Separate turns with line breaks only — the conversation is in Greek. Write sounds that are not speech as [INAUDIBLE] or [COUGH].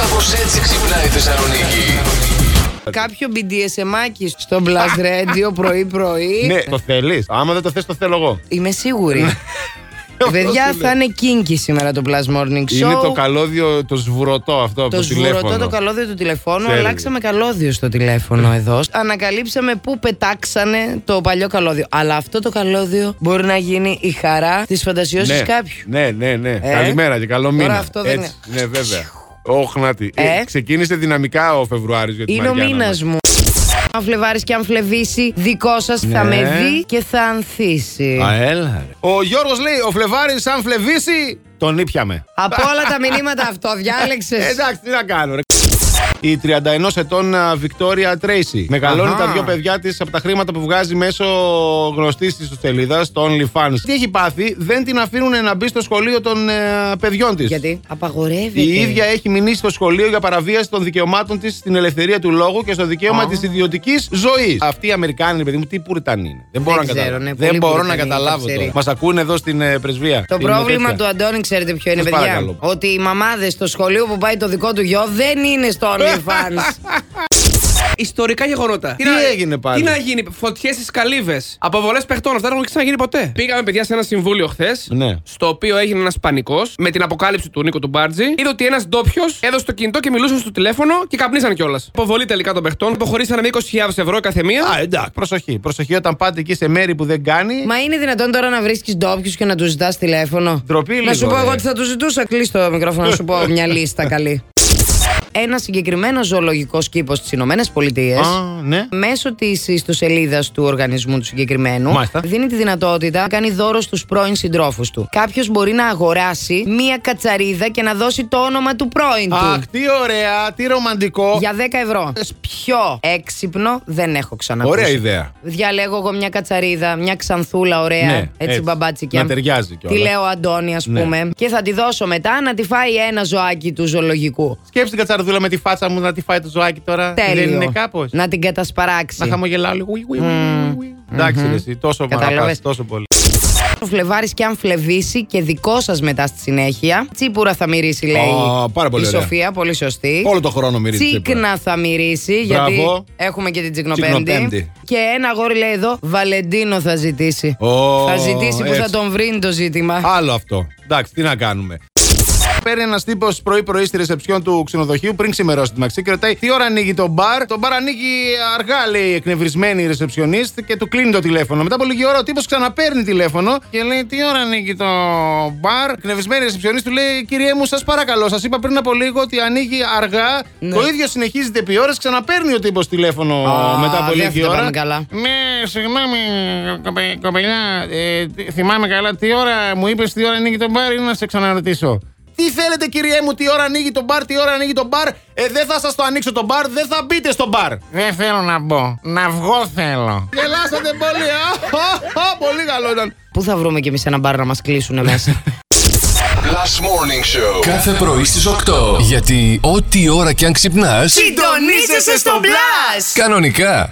Κάπως έτσι ξυπνάει η Θεσσαλονίκη.
Κάποιο BDSM στο Blast Radio πρωί-πρωί.
[LAUGHS] Ναι, το θέλεις. Άμα δεν το θες, το θέλω εγώ.
Είμαι σίγουρη. [LAUGHS] Παιδιά,
Αυτό σου
θα
λέω.
είναι κίνκι σήμερα το Blast Morning Show.
Είναι το καλώδιο, το σβουρωτό αυτό από
Το
το
σβουρωτό
τηλέφωνο.
το καλώδιο του τηλεφώνου.
Τέλειο. Ναι.
Αλλάξαμε καλώδιο στο τηλέφωνο εδώ. Ανακαλύψαμε πού πετάξανε το παλιό καλώδιο. Αλλά αυτό το καλώδιο μπορεί να γίνει η χαρά της φαντασιώσης
ναι.
κάποιου.
Ναι, ναι, ναι.
Ε.
Καλημέρα και καλό
Τώρα
μήνα.
αυτό δεν
Έτσι, ναι, βέβαια. Όχι, να τη.
Ε.
Ε, Ξεκίνησε δυναμικά ο Φεβρουάριο για την
Είναι ο
Μαριάννα ναι.
μήνας
μας.
μου. Αν φλεβάρεις και αν φλεβήσει, δικό σας θα με
Ναι.
δει και θα ανθίσει.
Α, ε. έλα, ρε. Ο Γιώργος λέει: Ο Φλεβάρης, αν φλεβήσει, τον ήπιαμε.
Από όλα τα μηνύματα αυτό
Ε,
διάλεξε.
εντάξει, τι να κάνω, ρε. Η 31 ετών α, Βικτόρια Τρέισι μεγαλώνει
Αχα.
τα δύο παιδιά της από τα χρήματα που βγάζει μέσω γνωστής της σελίδα, το OnlyFans. Τι έχει πάθει, δεν την αφήνουν να μπει στο σχολείο των ε, παιδιών της.
Γιατί απαγορεύεται.
Η ίδια έχει μηνύσει στο σχολείο για παραβίαση των δικαιωμάτων της στην ελευθερία του λόγου και στο δικαίωμα της ιδιωτικής ζωής. Αυτοί οι Αμερικάνοι, ρε παιδί μου, τι πουρτανοί είναι. Δεν μπορώ
Δεν
να
ξέρω,
καταλάβω.
ναι,
δεν
πολύ
μπορώ να
Πουριτανοί,
καταλάβω
το ξέρει.
Μας ακούνε εδώ στην ε, πρεσβεία.
Το
Είναι
πρόβλημα
τέτοια.
του Αντώνη, ξέρετε ποιο είναι,
Σας
παιδιά.
παρακαλώ.
Ότι οι μαμάδες στο σχολείο που πάει το δικό του γιο δεν είναι στο OnlyFans.
[LAUGHS]
Ιστορικά γεγονότα.
Τι έγινε πάλι?
Τι να γίνει, φωτιές στις καλύβες. Αποβολές παιχτών. Αυτά δεν έχουν ξαναγίνει ποτέ. Πήγαμε, παιδιά, σε ένα συμβούλιο χθες.
Ναι.
Στο οποίο έγινε ένας πανικός με την αποκάλυψη του Νίκο του Μπάρτζη. Είδε ότι ένας ντόπιος έδωσε το κινητό και μιλούσε στο τηλέφωνο και καπνίσαν κιόλας. Αποβολή τελικά των παιχτών. Υποχωρήσανε με 20.000 ευρώ η καθεμία.
Α, εντάξει. Προσοχή. Προσοχή όταν πάτε εκεί σε μέρη που δεν κάνει.
Μα είναι δυνατόν τώρα να βρίσκεις ντόπιους και να τους ζητάς τηλέφωνο.
Ντροπή
να
λίγο,
σου πω
ρε.
εγώ ότι θα τους ζητούσα. Κλείσει το μικρόφωνο να σου
[LAUGHS]
πω μια λίστα καλή. Ένα συγκεκριμένο ζωολογικός κήπος στις Ηνωμένες Πολιτείες.
Α, ναι.
Μέσω της ιστοσελίδας του οργανισμού του συγκεκριμένου,
Μάλιστα.
δίνει τη δυνατότητα να κάνει δώρο στους πρώην συντρόφους του. Κάποιος μπορεί να αγοράσει μία κατσαρίδα και να δώσει το όνομα του πρώην του.
Αχ, τι ωραία, τι ρομαντικό.
Για 10 ευρώ. Πιο έξυπνο δεν έχω ξανακούσει.
Ωραία ιδέα.
Διαλέγω εγώ μια κατσαρίδα, μια ξανθούλα ωραία.
Ναι,
έτσι,
έτσι.
μπαμπάτσικια.
Να ταιριάζει κιόλας.
Τη λέω Αντώνη, ας
Ναι.
πούμε. Και θα τη δώσω μετά να τη φάει ένα ζωάκι του ζωολογικού.
Σκέψτε την κατσαρδούλα με τη φάτσα μου να τη φάει το ζωάκι τώρα.
Τέλειο.
Δεν είναι κάπως.
Να την κατασπαράξει.
Να χαμογελάω λίγο. Ουι, ουι, ουι, ουι, ουι. Εντάξει, ρε, εσύ, τόσο μ'
Κατάλαβες.
αγαπάς, τόσο πολύ.
Ο Φλεβάρη και αν φλεβήσει και δικό σας μετά στη συνέχεια. Τσίπουρα θα μυρίσει, λέει.
Α, πάρα πολύ
η
ωραία.
Σοφία, πολύ σωστή.
Όλο το χρόνο μυρίζει. τσίπρα.
Τσίκνα θα μυρίσει,
Μπράβο.
γιατί έχουμε και την τσικνοπέμπτη.
Τσικνοπέμπτη.
Και ένα αγόρι λέει εδώ, Βαλεντίνο θα ζητήσει.
Ω,
θα ζητήσει που θα
έτσι.
τον βρει είναι το ζήτημα.
Άλλο αυτό. Εντάξει, τι να κάνουμε. Παίρνει ένας τύπος πρωί-πρωί στη ρεσεψιόν του ξενοδοχείου πριν ξημερώσει τη μαξί και ρωτάει τι ώρα ανοίγει το μπαρ. Το μπαρ ανοίγει αργά, λέει εκνευρισμένη η ρεσεψιονίστ και του κλείνει το τηλέφωνο. Μετά από λίγη ώρα ο τύπος ξαναπαίρνει τηλέφωνο και λέει τι ώρα ανοίγει το μπαρ. Εκνευρισμένη η ρεσεψιονίστ του λέει Κυρία μου, σας παρακαλώ, σας είπα πριν από λίγο ότι ανοίγει αργά.
Ναι.
Το ίδιο συνεχίζεται επί ώρες. Ξαναπαίρνει ο τύπος τηλέφωνο
Α,
μετά από
δεν
λίγη
τα πάμε
ώρα.
καλά.
Ναι, συγγνώμη, κοπε- κοπελιά. Ε, τι- θυμάμαι καλά τι ώρα μου είπες, τι ώρα ανοίγει το μπαρ, ή να σε ξαναρωτήσω. Τι θέλετε, κυρία μου, τι ώρα ανοίγει το μπαρ, τι ώρα ανοίγει το μπαρ. Ε, δεν θα σας το ανοίξω το μπαρ, δεν θα μπείτε στο μπαρ. Δεν θέλω να μπω. Να βγω θέλω. Γελάσατε πολύ, α! [LAUGHS] Α, α, Πολύ καλό ήταν.
Πού θα βρούμε κι εμείς ένα μπαρ να μας κλείσουν μέσα.
Last Morning Show.
Κάθε πρωί στις 8. Γιατί ό,τι ώρα κι αν ξυπνάς,
Συντονίζεσαι στο μπλα!
κανονικά.